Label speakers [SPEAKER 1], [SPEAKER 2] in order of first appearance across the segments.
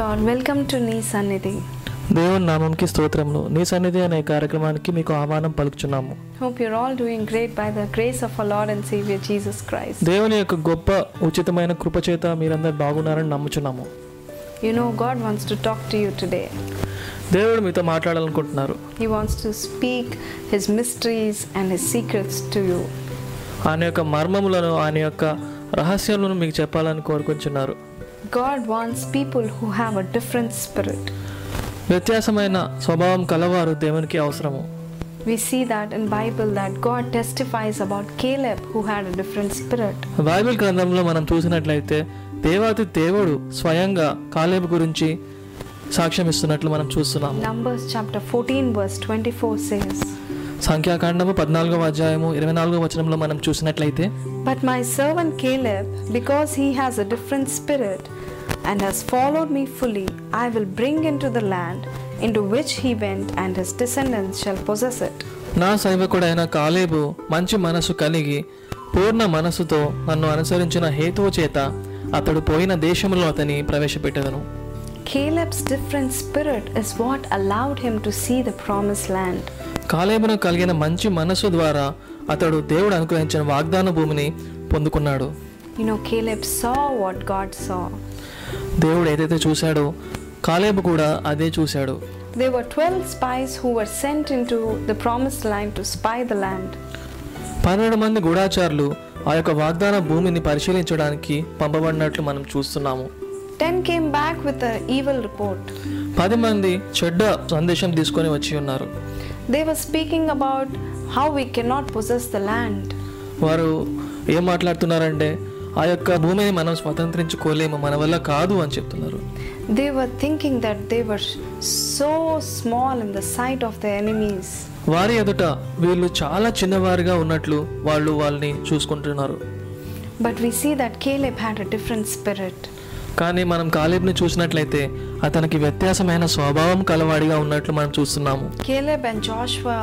[SPEAKER 1] Lord welcome to నీ సన్నిధి
[SPEAKER 2] దేవుని నామంకి స్తోత్రములు నీ సన్నిధి అనే కార్యక్రమానికి మీకు ఆహ్వానం పలుకుచున్నాము
[SPEAKER 1] hope you're all doing great by the grace of a Lord and saviour Jesus Christ
[SPEAKER 2] దేవుని యొక్క గొప్ప ఉచితమైన కృపచేత మీరందరూ బాగున్నారని నమ్ముచున్నాము
[SPEAKER 1] you know God wants to talk to you today
[SPEAKER 2] దేవుడు మీతో మాట్లాడాలనుకుంటున్నారు
[SPEAKER 1] he wants to speak his mysteries and his secrets to you
[SPEAKER 2] ఆయన యొక్క మర్మములను ఆయన యొక్క రహస్యాలను మీకు చెప్పాలని కోరుకుంటున్నారు
[SPEAKER 1] God wants people who have a different spirit
[SPEAKER 2] వ్యత్యాసమైన స్వభావం కలవారు దేవునికి అవసరము
[SPEAKER 1] We see that in Bible that God testifies about Caleb who had a different spirit.
[SPEAKER 2] Bible గ్రంథంలో మనం చూసినట్లయితే దేవాతి దేవుడు స్వయంగా కాలేబు గురించి సాక్ష్యం ఇస్తున్నట్లు మనం చూస్తున్నాము
[SPEAKER 1] Numbers chapter 14 verse 24 says,
[SPEAKER 2] సంఖ్యాకాండము పద్నాలుగవ అధ్యాయము ఇరవై నాలుగవ వచనంలో మనం చూసినట్లయితే
[SPEAKER 1] But my servant Caleb, because he has a different spirit and has followed me fully, I will bring into the land into which he went, and his descendants shall possess it.
[SPEAKER 2] నా సైవకుడైన కాలేబు మంచి మనసు కలిగి పూర్ణ మనసుతో నన్ను అనుసరించిన హేతువు చేత అతడు పోయిన దేశంలో అతని ప్రవేశపెట్టదను
[SPEAKER 1] Caleb's different spirit is what allowed him to see the promised land.
[SPEAKER 2] కాలేబును కలిగిన మంచి మనసు ద్వారా అతడు దేవుడు అనుగ్రహించిన వాగ్దాన భూమిని పొందుకున్నాడు
[SPEAKER 1] You know, Caleb saw what God saw.
[SPEAKER 2] దేవుడు ఏదైతే చూశాడో కాలేబు కూడా అదే చూశాడు
[SPEAKER 1] There were 12 spies who were sent into the promised land to spy the land.
[SPEAKER 2] పన్నెండు మంది గూఢాచారులు ఆ యొక్క వాగ్దాన భూమిని పరిశీలించడానికి పంపబడినట్లు మనం చూస్తున్నాము
[SPEAKER 1] 10 came back with an evil report.
[SPEAKER 2] పది మంది చెడ్డ సందేశం తీసుకొని వచ్చి ఉన్నారు
[SPEAKER 1] They were speaking about how we cannot possess the land.
[SPEAKER 2] వారు ఏం మాట్లాడుతున్నారంటే ఆ యొక్క భూమిని మనం స్వతంత్రించుకోలేము మన వల్ల కాదు అని చెప్తున్నారు
[SPEAKER 1] They were thinking that they were so small in the sight of their enemies.
[SPEAKER 2] వారి ఎదుట వీళ్ళు చాలా చిన్నవారిగా ఉన్నట్లు వాళ్ళు వాళ్ళని చూసుకుంటున్నారు
[SPEAKER 1] But we see that Caleb had a different spirit.
[SPEAKER 2] కానీ మనం కాలేబ్ని చూసినట్లయితే అతనికి వ్యత్యాసమైన స్వభావం కలవాడిగా ఉన్నట్లు మనం చూస్తున్నాము
[SPEAKER 1] Caleb and Joshua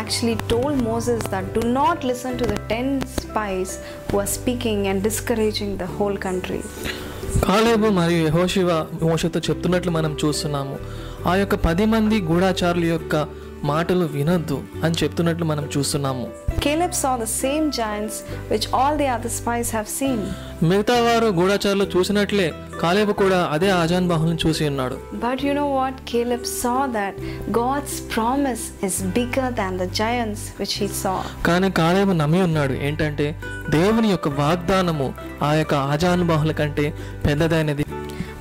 [SPEAKER 1] actually told Moses that do not listen to the 10 spies who are speaking and discouraging the whole country.
[SPEAKER 2] కాలేబు మరియు యహోశివ మోషతో చెప్తున్నట్లు మనం చూస్తున్నాము ఆ యొక్క పది మంది గూఢాచారుల యొక్క మాటలు వినొద్దు అని చెప్తున్నట్లు మనం చూస్తున్నాము
[SPEAKER 1] Caleb saw the same giants which all the other spies have seen,
[SPEAKER 2] మిగతా వారు గూఢాచారులు చూసినట్లే కాలేబు కూడా అదే ఆజాన్ బాహుల్ని చూసి ఉన్నాడు
[SPEAKER 1] But you know what? Caleb saw that God's promise is bigger than the giants which he saw.
[SPEAKER 2] కానీ కాలేబు నమ్మి ఉన్నాడు ఏంటంటే దేవుని యొక్క వాగ్దానము ఆ యొక్క ఆజాన్ బాహుల కంటే పెద్దదైనది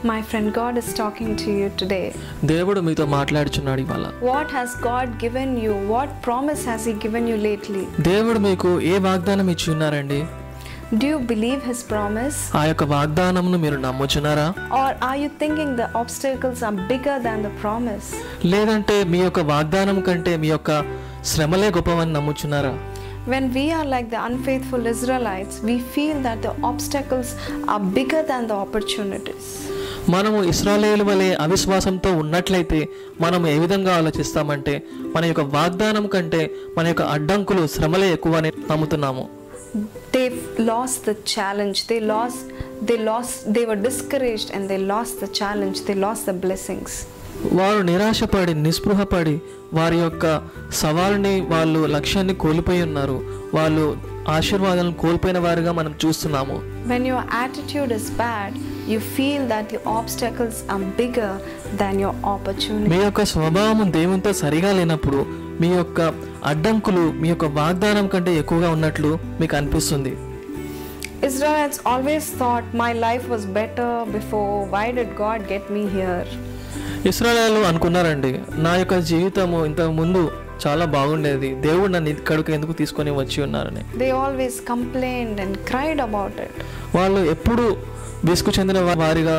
[SPEAKER 1] My friend, God is talking to you today.
[SPEAKER 2] దేవుడు మీతో మాట్లాడుచున్నాడు ఇవాళ
[SPEAKER 1] What has God given you? What promise has He given you lately?
[SPEAKER 2] దేవుడు మీకు ఏ వాగ్దానం ఇచ్చి ఉన్నారండి
[SPEAKER 1] Do you believe His promise?
[SPEAKER 2] ఆ యొక్క వాగ్దానంను మీరు నమ్ముచున్నారా
[SPEAKER 1] Or are you thinking the obstacles are bigger than the promise?
[SPEAKER 2] లేదంటే మీ యొక్క వాగ్దానం కంటే మీ యొక్క శ్రమలే గొప్పవని నమ్ముచున్నారా
[SPEAKER 1] When we are like the unfaithful Israelites, we feel that the obstacles are bigger than the opportunities.
[SPEAKER 2] మనము ఇస్రాయేలు వలె అవిశ్వాసంతో ఉన్నట్లయితే మనం ఏ విధంగా ఆలోచిస్తామంటే మన యొక్క వాగ్దానం కంటే మన యొక్క అడ్డంకులు శ్రమలే ఎక్కువ అని నమ్ముతున్నాము
[SPEAKER 1] they've lost the challenge they lost they lost they were discouraged and they lost the challenge they lost the blessings
[SPEAKER 2] వారు నిరాశపడి నిస్పృహపడి వారి యొక్క సవాలుని వాళ్ళు లక్ష్యాన్ని కోల్పోయి ఉన్నారు వాళ్ళు ఆశీర్వాదాలను కోల్పోయిన వారిగా మనం చూస్తున్నాము
[SPEAKER 1] when your attitude is bad you feel that the obstacles are bigger than your opportunity
[SPEAKER 2] మీ యొక్క స్వభావం దేవునితో సరిగా లేనప్పుడు మీ యొక్క అడ్డంకులు మీ యొక్క వాగ్దానం కంటే ఎక్కువగా ఉన్నట్లు మీకు అనిపిస్తుంది
[SPEAKER 1] israelites always thought my life was better before why did god get me here
[SPEAKER 2] Israel అనుకున్నారండి నా యొక్క జీవితము ఇంతకు ముందు చాలా బాగుండేది దేవుడు నన్ను ఇక్కడికి ఎందుకు తీసుకొని వచ్చి ఉన్నారని
[SPEAKER 1] they always complained and cried about it
[SPEAKER 2] వాళ్ళు ఎప్పుడూ విసుగు చెందిన వారిగా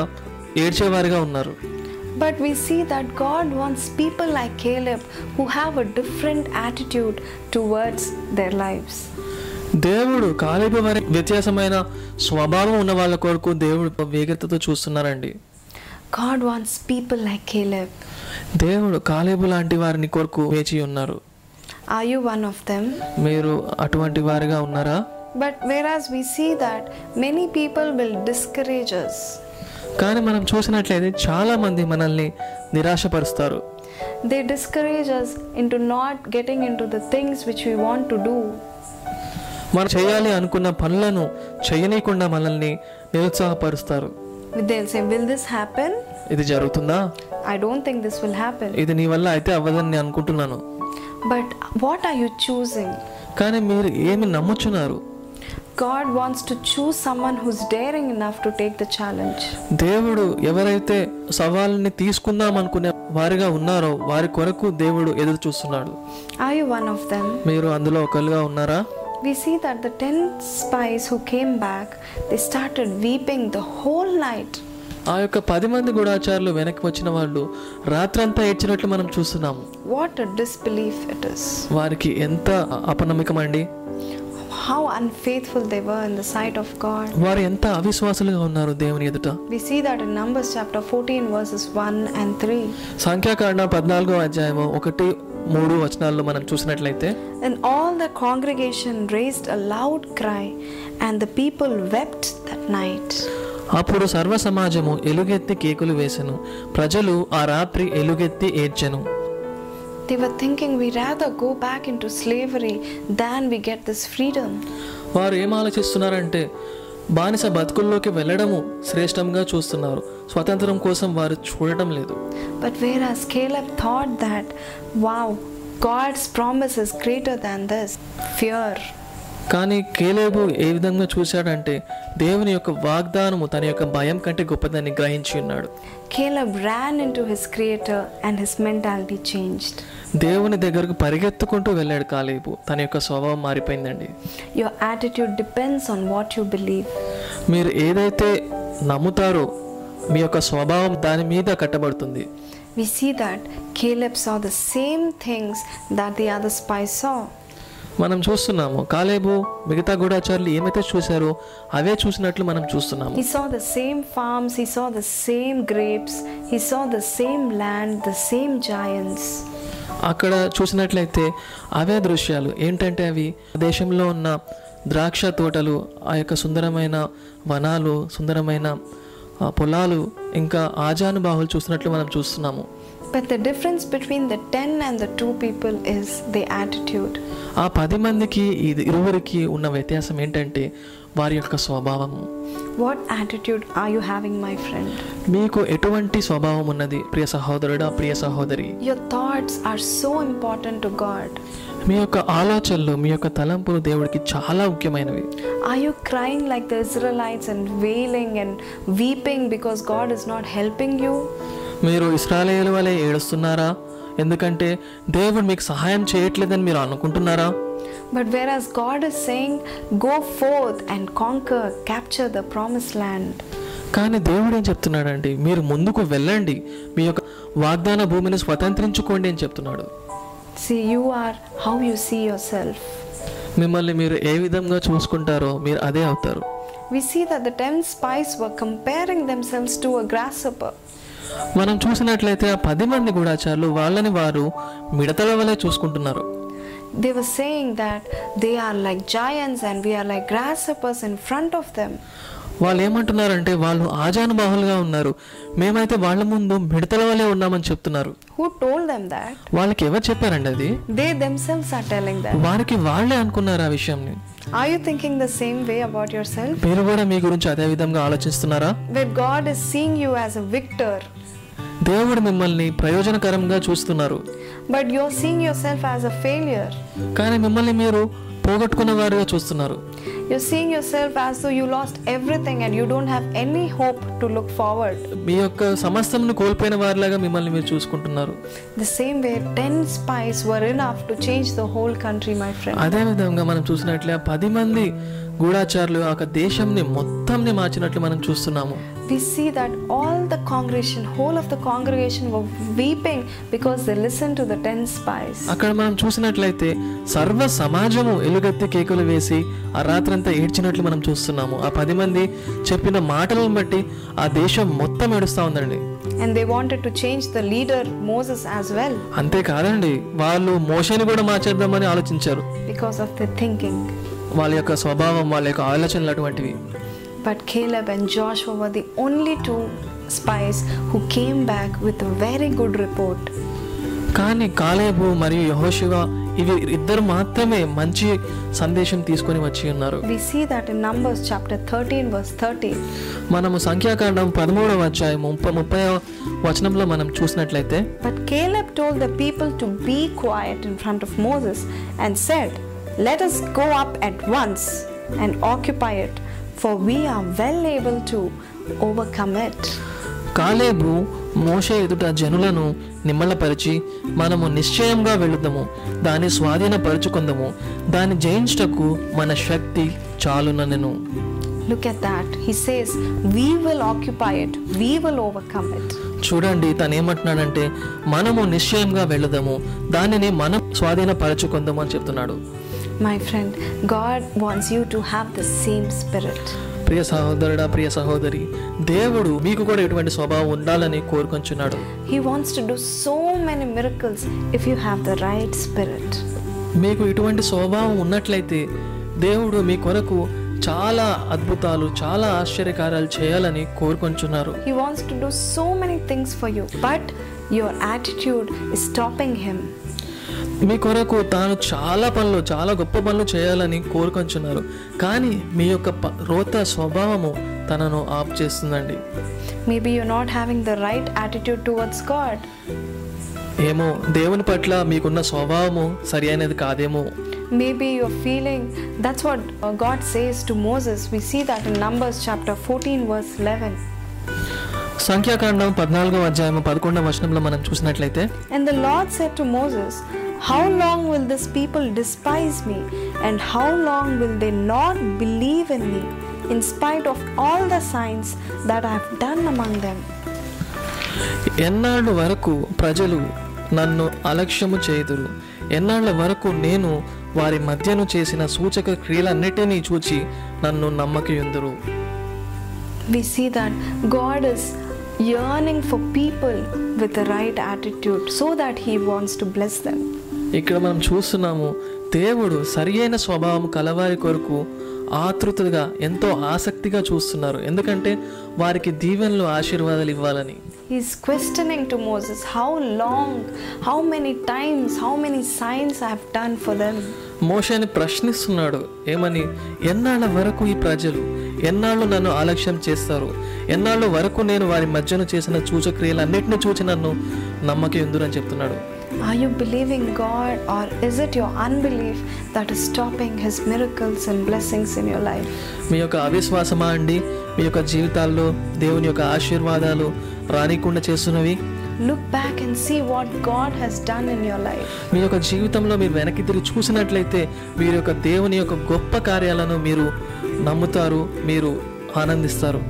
[SPEAKER 2] ఏడ్చేవారిగా ఉన్నారు
[SPEAKER 1] But we see that God wants people like Caleb who have a different attitude towards their lives.
[SPEAKER 2] దేవుడు కాలేబు వారి వ్యత్యాసమైన స్వభావం ఉన్న వాళ్ళ కొరకు దేవుడు వేగతతో చూస్తున్నారండి
[SPEAKER 1] God wants people like Caleb.
[SPEAKER 2] దేవుడు కాలేబు లాంటి వారిని కొరకు వేచి ఉన్నారు
[SPEAKER 1] Are you one of them?
[SPEAKER 2] మీరు అటువంటి వారిగా ఉన్నారా
[SPEAKER 1] But whereas we see that many people will discourage us,
[SPEAKER 2] కానీ మనం చూసినట్లయితే చాలామంది మనల్ని నిరాశపరుస్తారు
[SPEAKER 1] They discourage us into not getting into the things which we want to do.
[SPEAKER 2] మనం చేయాలి అనుకున్న పనులను చేయనీయకుండా మనల్ని నిరుత్సాహపరుస్తారు
[SPEAKER 1] They'll say, Will this happen?
[SPEAKER 2] ఇది జరుగుతుందా
[SPEAKER 1] I don't think this will happen.
[SPEAKER 2] ఇది నీ వల్ల అయితే అవ్వదని నేను అనుకుంటున్నాను
[SPEAKER 1] But what are you choosing?
[SPEAKER 2] కానీ మీరు ఏమి నమ్ముచున్నారు
[SPEAKER 1] God wants to choose someone who's daring enough to take the challenge.
[SPEAKER 2] దేవుడు ఎవరైతే సవాల్ని తీసుకుందాం అనుకునే వారిగా ఉన్నారో వారి కొరకు దేవుడు ఎదురు చూస్తున్నాడు
[SPEAKER 1] Are you one of them?
[SPEAKER 2] మీరు అందులో ఒకరుగా ఉన్నారా
[SPEAKER 1] We see that the 10 spies who came back, they started weeping the whole night.
[SPEAKER 2] ఆ యొక్క పది మంది గూఢాచారులు వెనక్కి వచ్చిన వాళ్ళు రాత్రంతా ఏడ్చినట్లు మనం చూస్తున్నాము
[SPEAKER 1] What a disbelief it is.
[SPEAKER 2] వారికి ఎంత అపనమ్మకం అండి
[SPEAKER 1] How unfaithful they were in the sight of God.
[SPEAKER 2] వారు ఎంత అవిశ్వాసులుగా ఉన్నారు దేవుని ఎదుట
[SPEAKER 1] We see that in Numbers chapter 14, verses 1 and 3.
[SPEAKER 2] సంఖ్యాకాండ పద్నాలుగో అధ్యాయము ఒకటి మూడు వచనాల్లో మనం చూసినట్లయితే
[SPEAKER 1] And all the congregation raised a loud cry, and the people wept that night.
[SPEAKER 2] అప్పుడు సర్వ సమాజము ఎలుగెత్తి కేకులు వేసెను ప్రజలు ఆ రాత్రి ఎలుగెత్తి ఏడ్చెను
[SPEAKER 1] They were thinking, we rather go back into slavery than we get this freedom.
[SPEAKER 2] వారు ఏం ఆలోచిస్తున్నారంటే బానిస బతుకుల్లోకి వెళ్ళడము శ్రేష్టంగా చూస్తున్నారు స్వతంత్రం కోసం వారు చూడటం లేదు
[SPEAKER 1] But whereas Caleb thought that, wow, God's promise is greater than this, fear.
[SPEAKER 2] కానీ కేలేబు ఏ విధంగా చూశాడంటే దేవుని యొక్క వాగ్దానము తన యొక్క భయం కంటే గొప్పదని గ్రహించి ఉన్నాడు
[SPEAKER 1] Caleb ran into his creator and his mentality changed.
[SPEAKER 2] దేవుని దగ్గరకు పరిగెత్తుకుంటూ వెళ్ళాడు కాలేబు తన యొక్క స్వభావం మారిపోయిందండి
[SPEAKER 1] Your attitude depends on what you believe.
[SPEAKER 2] మీరు ఏదైతే నమ్ముతారో మీ యొక్క స్వభావం దాని మీద కట్టబడుతుంది
[SPEAKER 1] We see that Caleb saw the same things that the other spies saw.
[SPEAKER 2] మనం చూస్తున్నాము కాలేబు మిగతా గూఢాచారులు ఏమైతే చూశారో అవే చూసినట్లు మనం చూస్తున్నాము
[SPEAKER 1] He saw the same farms, he saw the same grapes, he saw the same land, the same giants.
[SPEAKER 2] అక్కడ చూసినట్లయితే అవే దృశ్యాలు ఏంటంటే అవి దేశంలో ఉన్న ద్రాక్ష తోటలు ఆ యొక్క సుందరమైన వనాలు సుందరమైన ఆ, పొలాలు ఇంకా ఆజానుబాహులు చూసినట్లు మనం చూస్తున్నాము
[SPEAKER 1] But the difference between the 10 and the two people is the attitude.
[SPEAKER 2] ఆ పది మందికి ఈ ఇరువురికి ఉన్న వ్యత్యాసం ఏంటంటే వారి యొక్క స్వభావము
[SPEAKER 1] What attitude are you having, my friend?
[SPEAKER 2] మీకు ఎటువంటి స్వభావం ఉన్నది ప్రియ సహోదరుడా ప్రియ సహోదరి
[SPEAKER 1] Your thoughts are so important to God.
[SPEAKER 2] మీ యొక్క ఆలోచనలు మీ యొక్క తలంపులు దేవుడికి చాలా ముఖ్యమైనవి
[SPEAKER 1] Are you crying like the Israelites and wailing and weeping because God is not helping you?
[SPEAKER 2] మీరు ఇస్రాయేల్ వలె ఏడుస్తున్నారా ఎందుకంటే దేవుడు మీకు సహాయం చేయట్లేదని మీరు అనుకుంటున్నారా
[SPEAKER 1] But whereas God is saying, go forth and conquer, capture the promised land.
[SPEAKER 2] కానీ దేవుడు ఏం చెప్తున్నాడండి మీరు ముందుకు వెళ్ళండి మీ యొక్క వాగ్దాన భూమిని స్వతంత్రించుకోండి అని చెప్తున్నాడు
[SPEAKER 1] See, you are how you see yourself.
[SPEAKER 2] మిమ్మల్ని మీరు ఏ విధంగా చూసుకుంటారో మీరు అదే అవుతారు
[SPEAKER 1] We see that the ten spies were comparing themselves to a grasshopper.
[SPEAKER 2] మనం చూసినట్లయితే ఆ పది మంది గూఢాచారులు వాళ్ళని వారు మిడతల వలె చూసుకుంటున్నారు
[SPEAKER 1] They were saying that they are like giants and we are like grasshoppers in front of them.
[SPEAKER 2] వాళ్ళు ఏమంటున్నారంటే వాళ్ళు ఆజానుబాహులుగా ఉన్నారు మేమైతే వాళ్ళ ముందు మిడతల వలె ఉన్నామని చెప్తున్నారు
[SPEAKER 1] Who told them that?
[SPEAKER 2] వాళ్ళకి ఎవరు చెప్పారండి అది
[SPEAKER 1] They themselves are telling them.
[SPEAKER 2] వారికి వాళ్ళే అనుకున్నారు ఆ విషయంని
[SPEAKER 1] Are you thinking the same way about yourself?
[SPEAKER 2] మీరు కూడా మీ గురించి అదే విధంగా ఆలోచిస్తున్నారా
[SPEAKER 1] Where God is seeing you as a victor,
[SPEAKER 2] దేవుడు మిమ్మల్ని ప్రయోజనకరంగా చూస్తున్నారు
[SPEAKER 1] but you're seeing yourself as a failure.
[SPEAKER 2] కానీ మిమ్మల్ని మీరు పోగొట్టుకున్న వారుగా చూస్తున్నారు
[SPEAKER 1] You're seeing yourself as though you lost everything and you don't have any hope to look forward.
[SPEAKER 2] మీ యొక్క సమస్తమును కోల్పోయిన వారిలాగా మిమ్మల్ని మీరు చూసుకుంటున్నారు
[SPEAKER 1] The same way, 10 spies were enough to change the whole country, my friend.
[SPEAKER 2] అదే విధంగా మనం చూసినట్లే ఆ పది మంది గూఢాచారులు ఆ యొక్క దేశంని మొత్తంని మార్చినట్లు మనం చూస్తున్నాము
[SPEAKER 1] We see that all the congregation, whole of the congregation, were weeping because they listened to the 10 spies.
[SPEAKER 2] అక్కడ మనం చూసినట్లయితే సర్వ సమాజము ఎలుగెత్తి కేకులు వేసి ఆ రాత్రంతా ఏడ్చినట్లు మనం చూస్తున్నాము ఆ పది మంది చెప్పిన మాటలను బట్టి ఆ దేశం మొత్తం ఏడుస్తూ ఉందండి
[SPEAKER 1] And they wanted to change the leader, Moses, as well
[SPEAKER 2] అంతేకాదండి వాళ్ళు మోషని కూడా మార్చేద్దామని ఆలోచించారు
[SPEAKER 1] because of their thinking.
[SPEAKER 2] వాళ్ళ యొక్క స్వభావం వాళ్ళ యొక్క ఆలోచనలు అటువంటివి
[SPEAKER 1] But Caleb and Joshua were the only two spies who came back with a very good report.
[SPEAKER 2] కానీ కాలేబు మరియు యహోశివ ఇవి ఇద్దరు మాత్రమే మంచి సందేశం తీసుకొని వచ్చి ఉన్నారు
[SPEAKER 1] We see that in Numbers chapter 13, verse 30.
[SPEAKER 2] మనము సంఖ్యాకాండం పదమూడవ అధ్యాయం ముప్పై ముప్పై వచనంలో మనం చూసినట్లయితే
[SPEAKER 1] But Caleb told the people to be quiet in front of Moses and said, Let us go up at once and occupy it, for we are well able to overcome it.
[SPEAKER 2] కాలేబు మోషే ఎదుట జనులను నిమ్మలపరిచి మనము నిశ్చయంగా వెళుదాము దాన్ని స్వాధీనపరుచుకుందాము దాన్ని జయించుటకు మన శక్తి చాలుననెను
[SPEAKER 1] Look at that. He says, We will occupy it, we will overcome it.
[SPEAKER 2] చూడండి తను ఏమంటున్నాడంటే మనము నిశ్చయంగా వెళదాము దానిని మనం స్వాధీనపరచుకుందాము అని చెప్తున్నాడు
[SPEAKER 1] My friend, God wants you to have the same spirit.
[SPEAKER 2] ప్రియ సహోదరుడా ప్రియ సహోదరి దేవుడు మీకు కూడా ఎటువంటి స్వభావం ఉండాలని కోరుకొంచున్నాడు
[SPEAKER 1] He wants to do so many miracles if you have the right spirit.
[SPEAKER 2] మీకు ఇటువంటి స్వభావం ఉన్నట్లయితే దేవుడు మీ కొరకు చాలా అద్భుతాలు చాలా ఆశ్చర్యకార్యాలు చేయాలని కోరుకొంచున్నారు
[SPEAKER 1] He wants to do so many things for you, but your attitude is stopping him.
[SPEAKER 2] మీ కొరకు తాను చాలా పనులు చాలా గొప్ప పనులు చేయాలని కోరుకొంచున్నారు కానీ మీ యొక్క ప- రోత స్వభావము తనను ఆప్ చేస్తుందండి
[SPEAKER 1] Maybe you're not having the right attitude towards God.
[SPEAKER 2] ఏమో దేవుని పట్ల మీకున్న స్వభావము సరి అయినది కాదేమో
[SPEAKER 1] Maybe you're feeling that's what uh, God says to Moses. We see that in Numbers chapter 14, verse 11.
[SPEAKER 2] సంఖ్యాకాండం పద్నాలుగో అధ్యాయం పదకొండవ వచనంలో మనం చూసినట్లయితే
[SPEAKER 1] And the Lord said to Moses, How long will this people despise me? And how long will they not believe in me, in spite of all the signs that I have done among them?
[SPEAKER 2] ఎన్నాళ్ళ వరకు ప్రజలు నన్ను అలక్ష్యము చేయుదురు ఎన్నాళ్ళ వరకు నేను వారి మధ్యను చేసిన సూచక క్రియలన్నిటినీ చూచి నన్ను నమ్మకయుందురు
[SPEAKER 1] We see that God is yearning for people with the right attitude so that He wants to bless them.
[SPEAKER 2] ఇక్కడ మనం చూస్తున్నాము దేవుడు సరియైన స్వభావం కలవారి కొరకు ఆతృతగా ఎంతో ఆసక్తిగా చూస్తున్నారు ఎందుకంటే వారికి దీవెనలు ఆశీర్వాదాలు ఇవ్వాలని
[SPEAKER 1] He's questioning to Moses, How long, how many times, how many signs I have done for them?
[SPEAKER 2] మోషేని ప్రశ్నిస్తున్నాడు ఏమని ఎన్నాళ్ళ వరకు ఈ ప్రజలు ఎన్నాళ్ళు నన్ను ఆలక్ష్యం చేస్తారు ఎన్నాళ్ళ వరకు నేను వారి మధ్యన చేసిన సూచక్రియలన్నిటిని చూచి నన్ను నమ్మకం ఎందురని చెప్తున్నాడు
[SPEAKER 1] Are you believing God or is it your unbelief that is stopping His miracles and blessings in your life?
[SPEAKER 2] మీ యొక్క అవిశ్వాసమా అండి మీ యొక్క జీవితాల్లో దేవుని యొక్క ఆశీర్వాదాలు రానికుండా చేస్తున్నవి
[SPEAKER 1] Look back and see what God has done in your life.
[SPEAKER 2] మీ యొక్క జీవితంలో మీరు వెనక్కి తిరిగి చూసినట్లయితే మీరు యొక్క దేవుని యొక్క గొప్ప కార్యాలను మీరు నమ్ముతారు మీరు ఆనందిస్తారు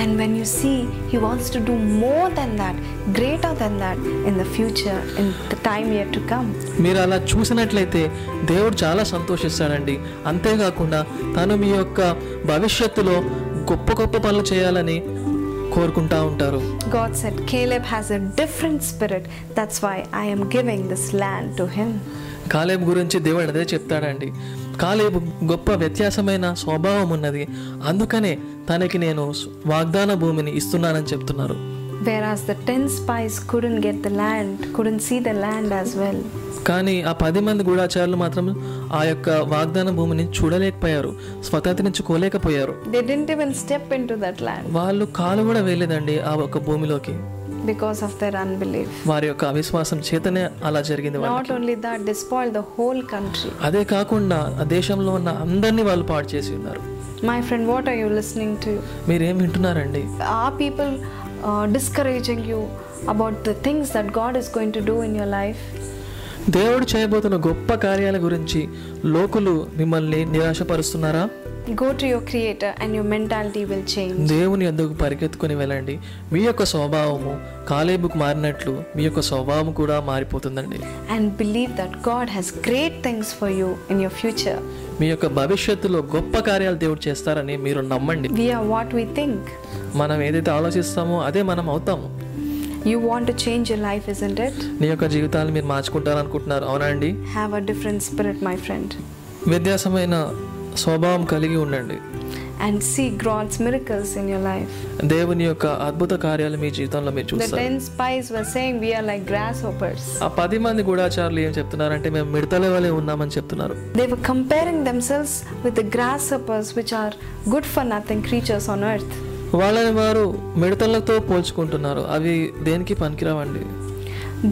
[SPEAKER 1] And when you see, He wants to do more than that, greater than that in the future, in the time yet to come.
[SPEAKER 2] మీరు అలా చూసినట్లయితే దేవుడు చాలా సంతోషిస్తాడండి అంతేకాకుండా తను మీ యొక్క భవిష్యత్తులో గొప్ప గొప్ప పనులు చేయాలని కోరుకుంటా ఉంటారు
[SPEAKER 1] God said, Caleb has a different spirit. That's why I am giving this land to him.
[SPEAKER 2] కాలేబు గురించి దేవుడు అదే చెప్తాడండి కాలేబు గొప్ప వ్యత్యాసమైన స్వభావం ఉన్నది అందుకనే తనకి నేను వాగ్దాన భూమిని ఇస్తున్నానని చెప్తున్నారు
[SPEAKER 1] Whereas the 10 spies couldn't get the land, couldn't see the land as well.
[SPEAKER 2] కానీ ఆ పది మంది గూఢాచారులు మాత్రం ఆ యొక్క వాగ్దాన భూమిని చూడలేకపోయారు స్వతంత్రించుకోలేకపోయారు
[SPEAKER 1] They didn't even step into that land
[SPEAKER 2] వాళ్ళు కాలు కూడా వేయలేదండి ఆ ఒక భూమిలోకి
[SPEAKER 1] because of their unbelief.
[SPEAKER 2] వారి యొక్క అవిశ్వాసం చేతనే అలా జరిగింది వాళ్ళకి.
[SPEAKER 1] Not only that, they spoiled the whole country.
[SPEAKER 2] అదే కాకుండా ఆ దేశంలో ఉన్న అందరినీ వాళ్ళు పాడు చేసి ఉన్నారు
[SPEAKER 1] My friend, what are you listening to?
[SPEAKER 2] మీరేం వింటున్నారండి
[SPEAKER 1] Are people uh, discouraging you about the things that God is going to do in your life?
[SPEAKER 2] దేవుడు చేయబోతున్న గొప్ప కార్యాల గురించి లోకులు మిమ్మల్ని నిరాశపరుస్తున్నారా
[SPEAKER 1] Go to your Creator and your mentality will change.
[SPEAKER 2] దేవుని యొద్దకు పరిగెత్తుకొని వెళ్ళండి మీ యొక్క స్వభావము కాలేబుకు మారినట్లు మీ యొక్క స్వభావం కూడా మారిపోతుందండి
[SPEAKER 1] and believe that God has great things for you in your future.
[SPEAKER 2] మీ యొక్క భవిష్యత్తులో గొప్ప కార్యాలు దేవుడు చేస్తారని మీరు నమ్మండి
[SPEAKER 1] We are what we think.
[SPEAKER 2] మనం ఏదైతే ఆలోచిస్తామో అదే మనం అవుతాము
[SPEAKER 1] You want to change your life, isn't it?
[SPEAKER 2] నీ యొక్క జీవితాన్ని మీరు మార్చుకుంటారనుకుంటున్నారు అవునా అండి
[SPEAKER 1] Have a different spirit, my friend.
[SPEAKER 2] వ్యత్యాసమైన స్వభావం కలిగి ఉండండి
[SPEAKER 1] and see God's miracles in your life.
[SPEAKER 2] దేవుని యొక్క అద్భుత కార్యాలు మీ జీవితంలో మీరు
[SPEAKER 1] The
[SPEAKER 2] చూస్తారు
[SPEAKER 1] ten spies were saying, We are like grasshoppers.
[SPEAKER 2] ఆ పది మంది గూఢాచారులు ఏం చెప్తున్నారంటే మేము మిడతల వలె ఉన్నామని చెప్తున్నారు
[SPEAKER 1] They were comparing themselves with the grasshoppers, which are good for nothing creatures on earth.
[SPEAKER 2] వాళ్ళని వారు మిడతలతో పోల్చుకుంటున్నారు అవి దేనికి పనికిరావండి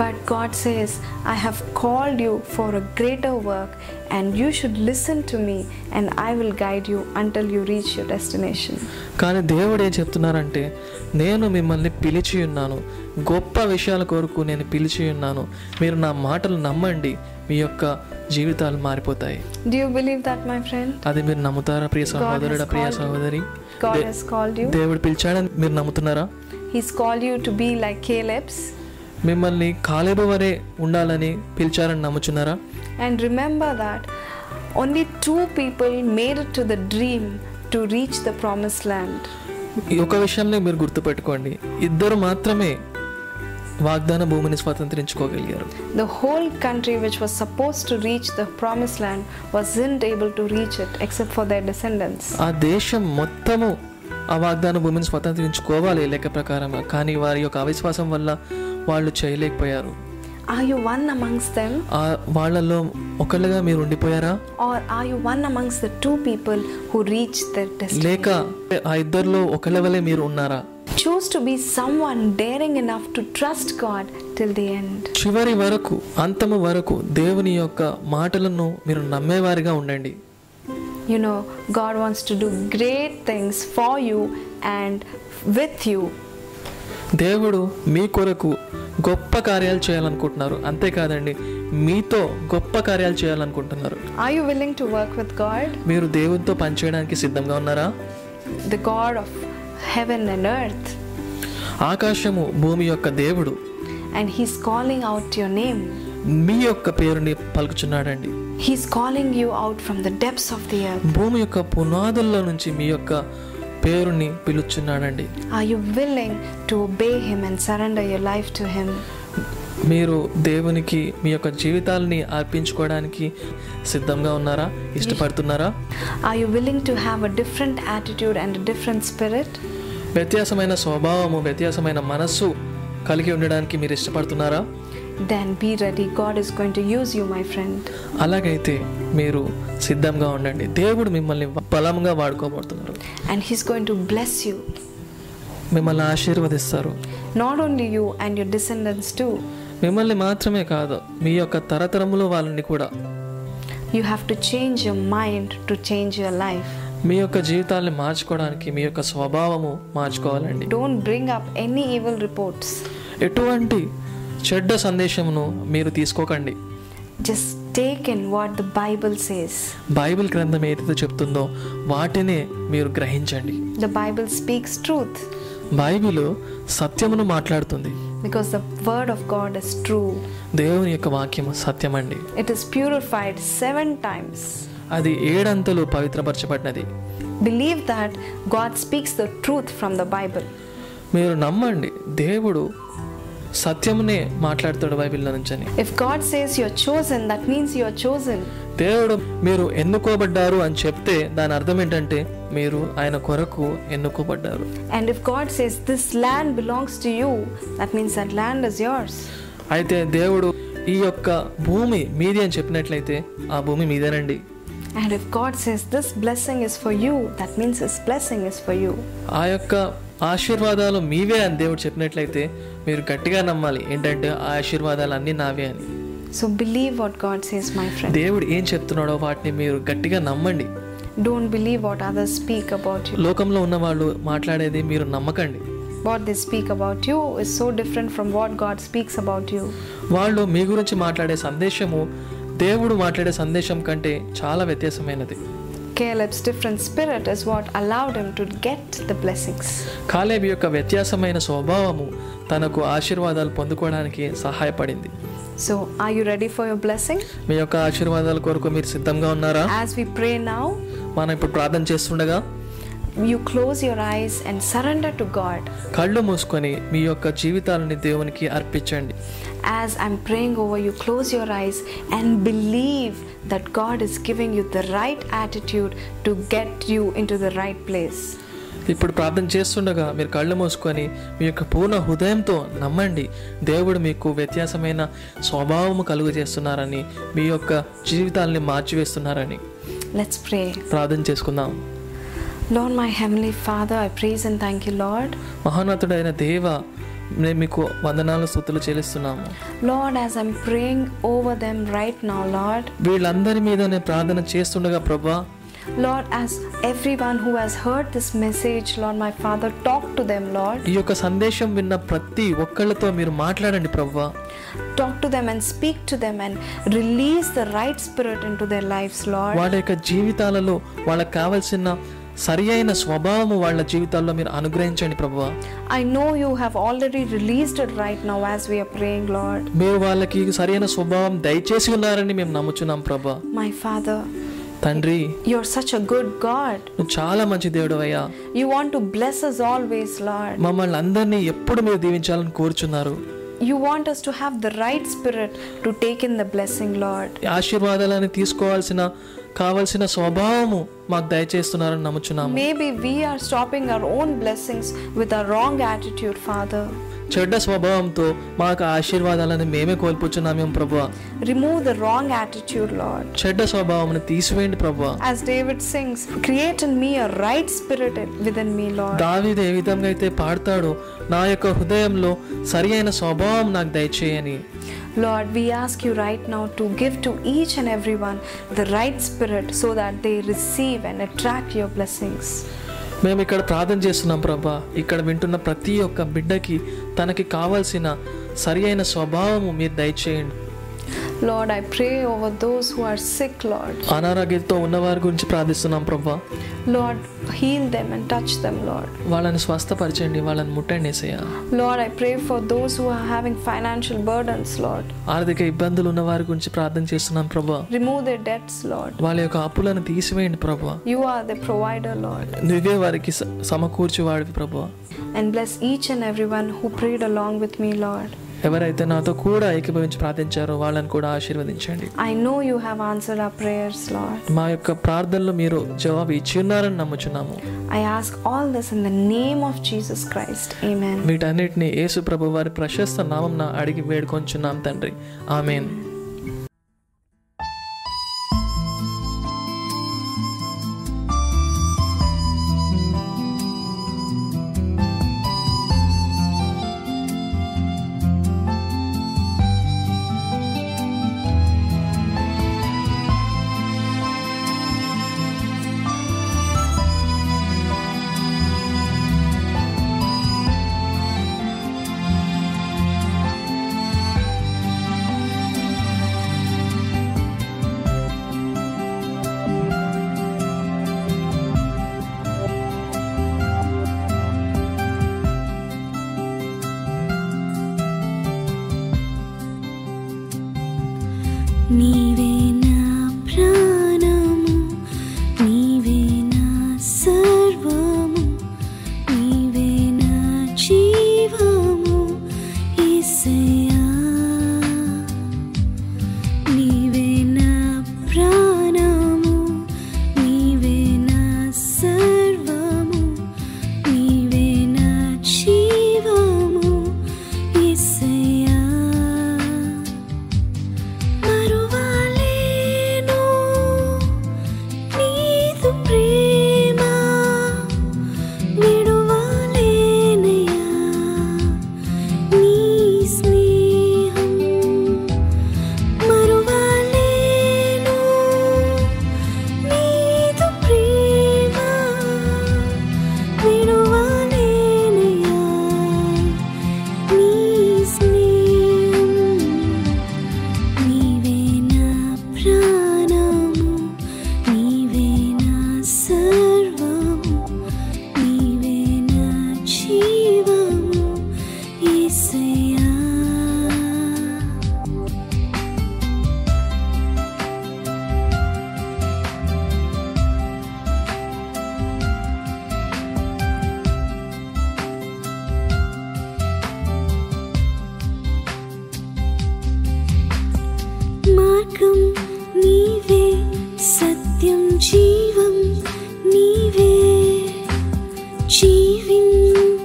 [SPEAKER 1] But God says, I have called you for a greater work, and you should listen to me, and I will guide you until you reach your destination.
[SPEAKER 2] కానీ దేవుడు ఏం చెప్తున్నారంటే నేను మిమ్మల్ని పిలిచి ఉన్నాను గొప్ప విషయాల కొరకు నేను పిలిచి ఉన్నాను మీరు నా మాటలు నమ్మండి మీ యొక్క జీవితాలు మారిపోతాయి
[SPEAKER 1] Do you believe that, my friend?
[SPEAKER 2] అది మీరు నమ్ముతారా ప్రియ సహోదరుడా ప్రియ
[SPEAKER 1] called you.
[SPEAKER 2] సహోదరి
[SPEAKER 1] God
[SPEAKER 2] దే-
[SPEAKER 1] has called you.
[SPEAKER 2] దేవుడు పిలిచాడని మీరు నమ్ముతున్నారా
[SPEAKER 1] He's called you to be like Caleb's.
[SPEAKER 2] మిమ్మల్ని కాలేబు వరే ఉండాలని పిలిచారని నమ్ముచున్నారా
[SPEAKER 1] And remember that only two people made it to the dream to reach the promised land.
[SPEAKER 2] ఈ ఒక విషయాన్ని మీరు గుర్తుపెట్టుకోండి ఇద్దరు మాత్రమే వాగ్దాన భూమిని స్వతంత్రించుకోగలిగారు
[SPEAKER 1] The whole country, which was supposed to reach the promised land, wasn't able to reach it except for their descendants.
[SPEAKER 2] ఆ దేశం మొత్తము ఆ వాగ్దాన భూమిని స్వతంత్రించుకోవాలి లెక్క ప్రకారంగా కానీ వారి యొక్క అవిశ్వాసం వల్ల వాళ్ళు చేయలేకపోయారు
[SPEAKER 1] Are you one amongst them?
[SPEAKER 2] ఆ వాళ్ళలో ఒకళ్ళుగా మీరు ఉండిపోయారా
[SPEAKER 1] Or are you one amongst the two people who reach their destiny?
[SPEAKER 2] లేక ఆ ఇద్దరిలో ఒకళ్ళ వలె మీరు ఉన్నారా
[SPEAKER 1] Choose to be someone daring enough to trust God till the end.
[SPEAKER 2] చివరి వరకు అంతము వరకు దేవుని యొక్క మాటలను మీరు నమ్మేవారిగా ఉండండి
[SPEAKER 1] You know, God wants to do great things for you and with you.
[SPEAKER 2] దేవుడు మీ కొరకు గొప్ప కార్యాలు చేయాలనుకుంటున్నారు అంతేకాదండి మీతో గొప్ప కార్యాలు చేయాలనుకుంటున్నారు
[SPEAKER 1] Are you willing to work with God,
[SPEAKER 2] మీరు దేవునితో పనిచేయడానికి సిద్ధంగా ఉన్నారా
[SPEAKER 1] the God of heaven and earth?
[SPEAKER 2] ఆకాశము భూమి యొక్క దేవుడు
[SPEAKER 1] And He's calling out your name.
[SPEAKER 2] మీ యొక్క పేరుని పలుకుచున్నాడండి
[SPEAKER 1] He's calling you out from the depths of the earth.
[SPEAKER 2] భూమి యొక్క పునాదుల్లో నుంచి మీ యొక్క పేరుని పిలుచున్నాడండి
[SPEAKER 1] Are you willing to obey Him and surrender your life to Him?
[SPEAKER 2] మీరు దేవునికి మీ యొక్క జీవితాలని అర్పించుకోవడానికి సిద్ధంగా ఉన్నారా ఇష్టపడుతున్నారా
[SPEAKER 1] Are you willing to have a different attitude and a different spirit?
[SPEAKER 2] వ్యత్యాసమైన స్వభావము వ్యత్యాసమైన మనస్సు కలిగి ఉండడానికి మీరు ఇష్టపడుతున్నారా
[SPEAKER 1] Then be ready. God is going to use you, my friend.
[SPEAKER 2] అలాగైతే మీరు సిద్ధంగా ఉండండి దేవుడు మిమ్మల్ని బలంగా వాడుకోబడుతున్నారు
[SPEAKER 1] And He's going to bless you.
[SPEAKER 2] మిమ్మల్ని ఆశీర్వదిస్తారు
[SPEAKER 1] Not only you and your descendants, too.
[SPEAKER 2] మిమ్మల్ని మాత్రమే కాదు మీ యొక్క తరతరములో వాళ్ళని కూడా
[SPEAKER 1] You have to change your mind to change your life.
[SPEAKER 2] మీ యొక్క జీవితాన్ని మార్చుకోవడానికి మీ యొక్క స్వభావము మార్చుకోవాలండి
[SPEAKER 1] Don't bring up any evil reports.
[SPEAKER 2] ఎటువంటి చెడ్డ సందేశమును మీరు తీసుకోకండి
[SPEAKER 1] Just take in what the Bible says.
[SPEAKER 2] Bible గ్రంథం ఏదైతే చెప్తుందో వాటినే మీరు గ్రహించండి
[SPEAKER 1] The Bible speaks truth
[SPEAKER 2] Bible సత్యమును మాట్లాడుతుంది
[SPEAKER 1] because the Word of God is true.
[SPEAKER 2] దేవుని యొక్క వాక్యము సత్యమండి
[SPEAKER 1] It is purified seven times.
[SPEAKER 2] అది ఏడంతలు పవిత్రపరచబడినది
[SPEAKER 1] Believe that God speaks the truth from the Bible.
[SPEAKER 2] మీరు నమ్మండి దేవుడు సత్యమునే మాట్లాడతాడు బైబిల్లో నుంచని
[SPEAKER 1] If God says you're chosen, that means you're chosen.
[SPEAKER 2] దేవుడు మీరు ఎన్నుకోబడ్డారు అని చెప్తే దాని అర్థం ఏంటంటే మీరు ఆయన కొరకు ఎన్నుకోబడ్డారు
[SPEAKER 1] And if God says this land belongs to you, that means that land is yours.
[SPEAKER 2] అయితే దేవుడు ఈ యొక్క భూమి మీది అని చెప్పినట్లయితే ఆ భూమి మీదేనండి
[SPEAKER 1] And if God says this blessing is for you, that means His blessing is for you.
[SPEAKER 2] ఆ యొక్క ఆశీర్వాదాలు మీవే అని దేవుడు చెప్పినట్లయితే మీరు గట్టిగా నమ్మాలి ఏంటంటే ఆ ఆశీర్వాదాలు అన్నీ నావే అని
[SPEAKER 1] So believe what God says, my friend.
[SPEAKER 2] దేవుడు ఏం చెప్తున్నాడో వాటిని మీరు గట్టిగా నమ్మండి
[SPEAKER 1] Don't believe what others speak about you.
[SPEAKER 2] లోకంలో ఉన్న వాళ్ళు మాట్లాడేది మీరు నమ్మకండి
[SPEAKER 1] What they speak about you is so different from what God speaks about you.
[SPEAKER 2] వాళ్ళు మీ గురించి మాట్లాడే సందేశము దేవుడు మాట్లాడే సందేశం కంటే చాలా వ్యత్యాసమైనది
[SPEAKER 1] Caleb's different spirit is what allowed him to get the blessings.
[SPEAKER 2] Caleb యొక్క వ్యత్యాసమైన స్వభావము తనకు ఆశీర్వాదాలు పొందుకోవడానికి సహాయపడింది
[SPEAKER 1] So, are you ready for your blessing?
[SPEAKER 2] మీ యొక్క ఆశీర్వాదాల కొరకు మీరు సిద్ధంగా ఉన్నారా
[SPEAKER 1] As we pray now,
[SPEAKER 2] మనం ఇప్పుడు ప్రార్థన చేస్తుండగా
[SPEAKER 1] you close your eyes and surrender to God.
[SPEAKER 2] కళ్ళు మూసుకొని మీ యొక్క జీవితాలని దేవునికి అర్పించండి
[SPEAKER 1] As I'm praying over you, close your eyes and believe that God is giving you the right attitude to get you into the right place.
[SPEAKER 2] ఇప్పుడు ప్రార్థన చేస్తుండగా మీరు కళ్ళు మూసుకొని మీ యొక్క పూర్ణ హృదయంతో నమ్మండి దేవుడు మీకు వ్యత్యాసమైన స్వభావము కలుగు చేస్తున్నారని మీ యొక్క జీవితాలని మార్చివేస్తున్నారని
[SPEAKER 1] Let's pray.
[SPEAKER 2] ప్రార్థన చేసుకుందాం
[SPEAKER 1] Lord, my Heavenly Father, I praise and thank you, Lord.
[SPEAKER 2] మహోన్నతుడైన దేవ మేము మీకు వందనాలు స్థుతులు చెల్లిస్తున్నాము
[SPEAKER 1] Lord, as I'm praying over them right now, Lord.
[SPEAKER 2] వీళ్ళందరి మీద నేను ప్రార్థన చేస్తుండగా ప్రభా
[SPEAKER 1] Lord, as everyone who has heard this message, Lord, my Father, talk to them, Lord.
[SPEAKER 2] ఈ యొక్క సందేశం విన్న ప్రతి ఒక్కళ్ళతో మీరు మాట్లాడండి ప్రవ్వా
[SPEAKER 1] Talk to them and speak to them and release the right spirit into their lives, Lord.
[SPEAKER 2] వాళ్ళ యొక్క జీవితాలలో వాళ్ళకి కావలసిన సరి అయిన స్వభావము వాళ్ళ జీవితాల్లో మీరు అనుగ్రహించండి ప్రభువా
[SPEAKER 1] I know you have already released it right now as we are praying, Lord.
[SPEAKER 2] మీరు వాళ్ళకి సరైన స్వభావం దయచేసి ఉన్నారని మేము నమ్ముచున్నాం ప్రభా
[SPEAKER 1] My Father,
[SPEAKER 2] తండ్రి
[SPEAKER 1] you're such a good God.
[SPEAKER 2] నువ్వు చాలా మంచి దేవుడు అయ్యా
[SPEAKER 1] You want to bless us always, Lord.
[SPEAKER 2] మమ్మల్ని అందరినీ ఎప్పుడు మీరు దీవించాలని కోరుచున్నారు
[SPEAKER 1] You want us to have the right spirit to take in the blessing, Lord.
[SPEAKER 2] ఈ ఆశీర్వాదాలని తీసుకోవాల్సిన కావలసిన స్వభావము మాకు దయచేస్తున్నారని నమ్ముచున్నాము
[SPEAKER 1] Maybe we are stopping our own blessings with our wrong attitude, Father.
[SPEAKER 2] చెడ్డ స్వభావంతో మాకు ఆ ఆశీర్వాదాలని మేమే కోల్పోచున్నామేం ప్రభా
[SPEAKER 1] Remove the wrong attitude, Lord.
[SPEAKER 2] చెడ్డ స్వభావంను తీసివేయండి ప్రభా
[SPEAKER 1] As David sings, create in me a right spirit within me, Lord.
[SPEAKER 2] దావీదు ఏ విధంగా అయితే పాడతాడో నా యొక్క హృదయంలో సరి అయిన స్వభావం నాకు దయచేయని
[SPEAKER 1] Lord, we ask you right now to give to each and everyone the right spirit so that they receive and attract your blessings.
[SPEAKER 2] మేము ఇక్కడ ప్రార్థన చేస్తున్నాం ప్రభా ఇక్కడ వింటున్న ప్రతి ఒక్క బిడ్డకి తనకి కావాల్సిన సరి అయిన స్వభావము మీరు దయచేయండి
[SPEAKER 1] Lord, I pray over those who are sick, Lord.
[SPEAKER 2] అనారోగ్యంతో ఉన్నవారి గురించి ప్రార్థిస్తున్నాం ప్రభా
[SPEAKER 1] Lord, heal them and touch them, Lord.
[SPEAKER 2] వాళ్ళని స్వస్థపరచండి వాళ్ళని ముట్టండి ఏసయ్యా
[SPEAKER 1] Lord, I pray for those who are having financial burdens, Lord.
[SPEAKER 2] ఆర్థిక ఇబ్బందులు ఉన్నవారి గురించి ప్రార్థన చేస్తున్నాం ప్రభా
[SPEAKER 1] Remove their debts, Lord.
[SPEAKER 2] వాళ్ళ యొక్క అప్పులను తీసివేయండి ప్రభా
[SPEAKER 1] You are the provider, Lord.
[SPEAKER 2] నువ్వే వారికి స- సమకూర్చువాడివి ప్రభా
[SPEAKER 1] And bless each and everyone who prayed along with me, Lord.
[SPEAKER 2] ఎవరైతే నాతో కూడా ఏకీభవించి ప్రార్థించారో వాళ్ళని కూడా ఆశీర్వదించండి
[SPEAKER 1] I know you have answered our prayers, Lord.
[SPEAKER 2] మా యొక్క ప్రార్థనలు మీరు జవాబు ఇచ్చి ఉన్నారని నమ్ముచున్నాము
[SPEAKER 1] I ask all this in the name of Jesus Christ. Amen.
[SPEAKER 2] వీటన్నిటిని యేసు ప్రభు వారి ప్రశస్త నామంన అడిగి వేడుకొంచున్నాం తండ్రి ఆమెన్
[SPEAKER 3] నీవే నా ప్రాణము నీవే నా సర్వము నీవే నా జీవము యేసయ్యా నీవే నా ప్రాణము నీవే నా సర్వము నీవే నా జీవము యేసయ్యా మరువాలే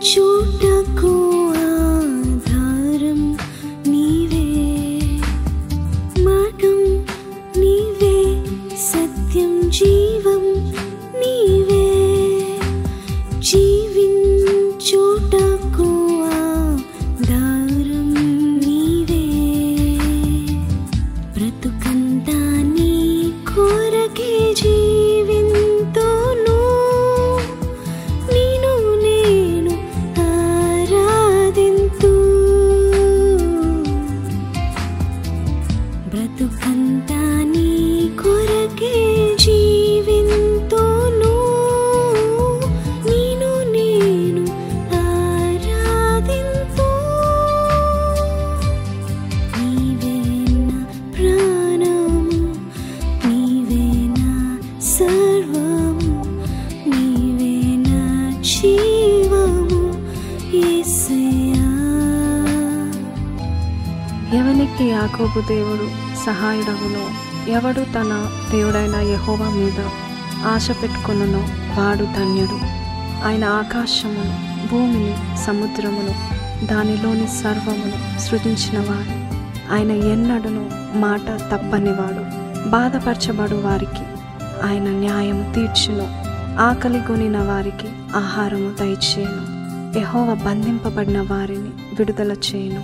[SPEAKER 3] చోటకు ఆధారం నీవే మార్గం నీవే సత్యం జీవం నీవే జీవించోటకు ఆధారం నీవే బ్రతుకంతా నీ కోరకే జీవింతును నిను నేను ఆరాధింతు బ్రతుకంతా నీ కొరకే జీవింతును నిను నేను ఆరాధింతు నీవే నా ప్రాణము నీవే నా సర్వము నీవే నా జీవము యేసయ్యా
[SPEAKER 1] ఎవనికి యాకోబు దేవుడు సహాయుడవునో ఎవడు తన దేవుడైన యెహోవా మీద ఆశ పెట్టుకొనునో వాడు ధన్యుడు ఆయన ఆకాశమును భూమిని సముద్రమును దానిలోని సర్వమును సృజించినవాడు ఆయన ఎన్నడూనూ మాట తప్పనివాడు బాధపరచబడు వారికి ఆయన న్యాయం తీర్చును ఆకలి కొనిన వారికి ఆహారము దయచేయను ఎహోవ బంధింపబడిన వారిని విడుదల చేయను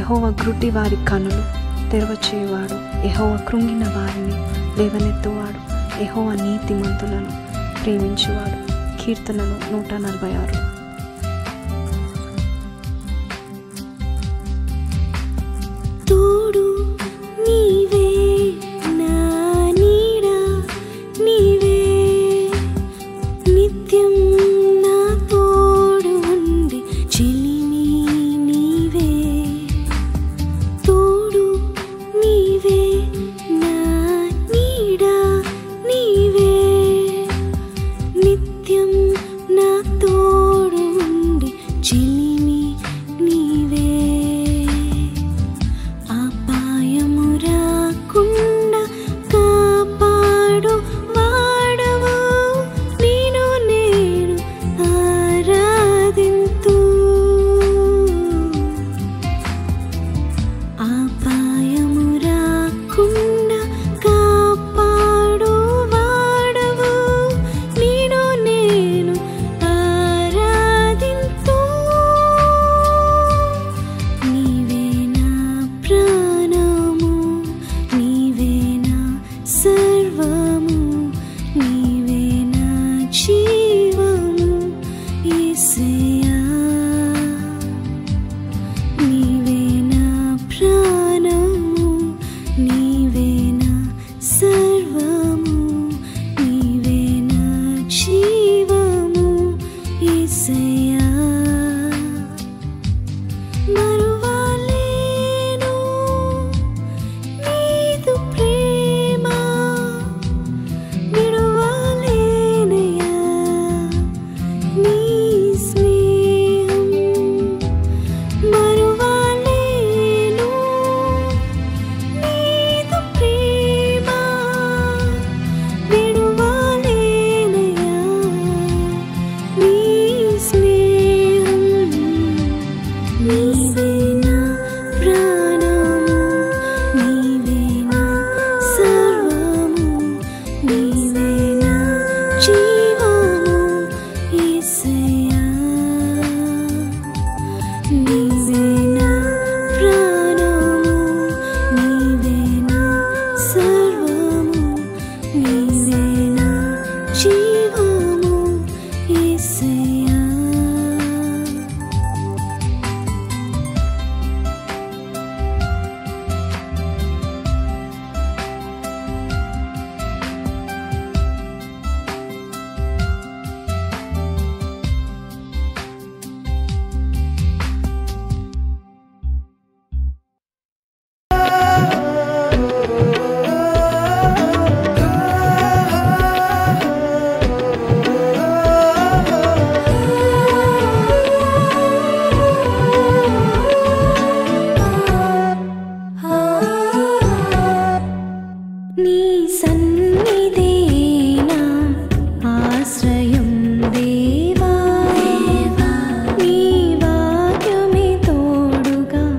[SPEAKER 1] ఎహోవ గ్రుడ్డి వారి కనులు తెరవచేవాడు ఎహోవ కృంగిన వారిని లేవనెత్తువాడు ఎహోవ నీతిమంతులను ప్రేమించువాడు కీర్తనలు నూట నలభై ఆరు
[SPEAKER 3] తోడు నీవే నా నీడ నీవే నిత్యం నా తోడు ఉండి చెలిమి నీవే తోడు నీవే నా నీడ నీవే నిత్యం నా తోడు ఉండి చెలిమి నీవే అపాయము రాకుండా కాపాడు వాడవు నేను నేను ఆరాధింతు అపాయము రాకుండా కాపాడు వాడవు నేను నేను ఆరాధింతు నీవే నా ప్రాణము నీవే నా సర్వము నీవే నా జీవము యేసయ్యా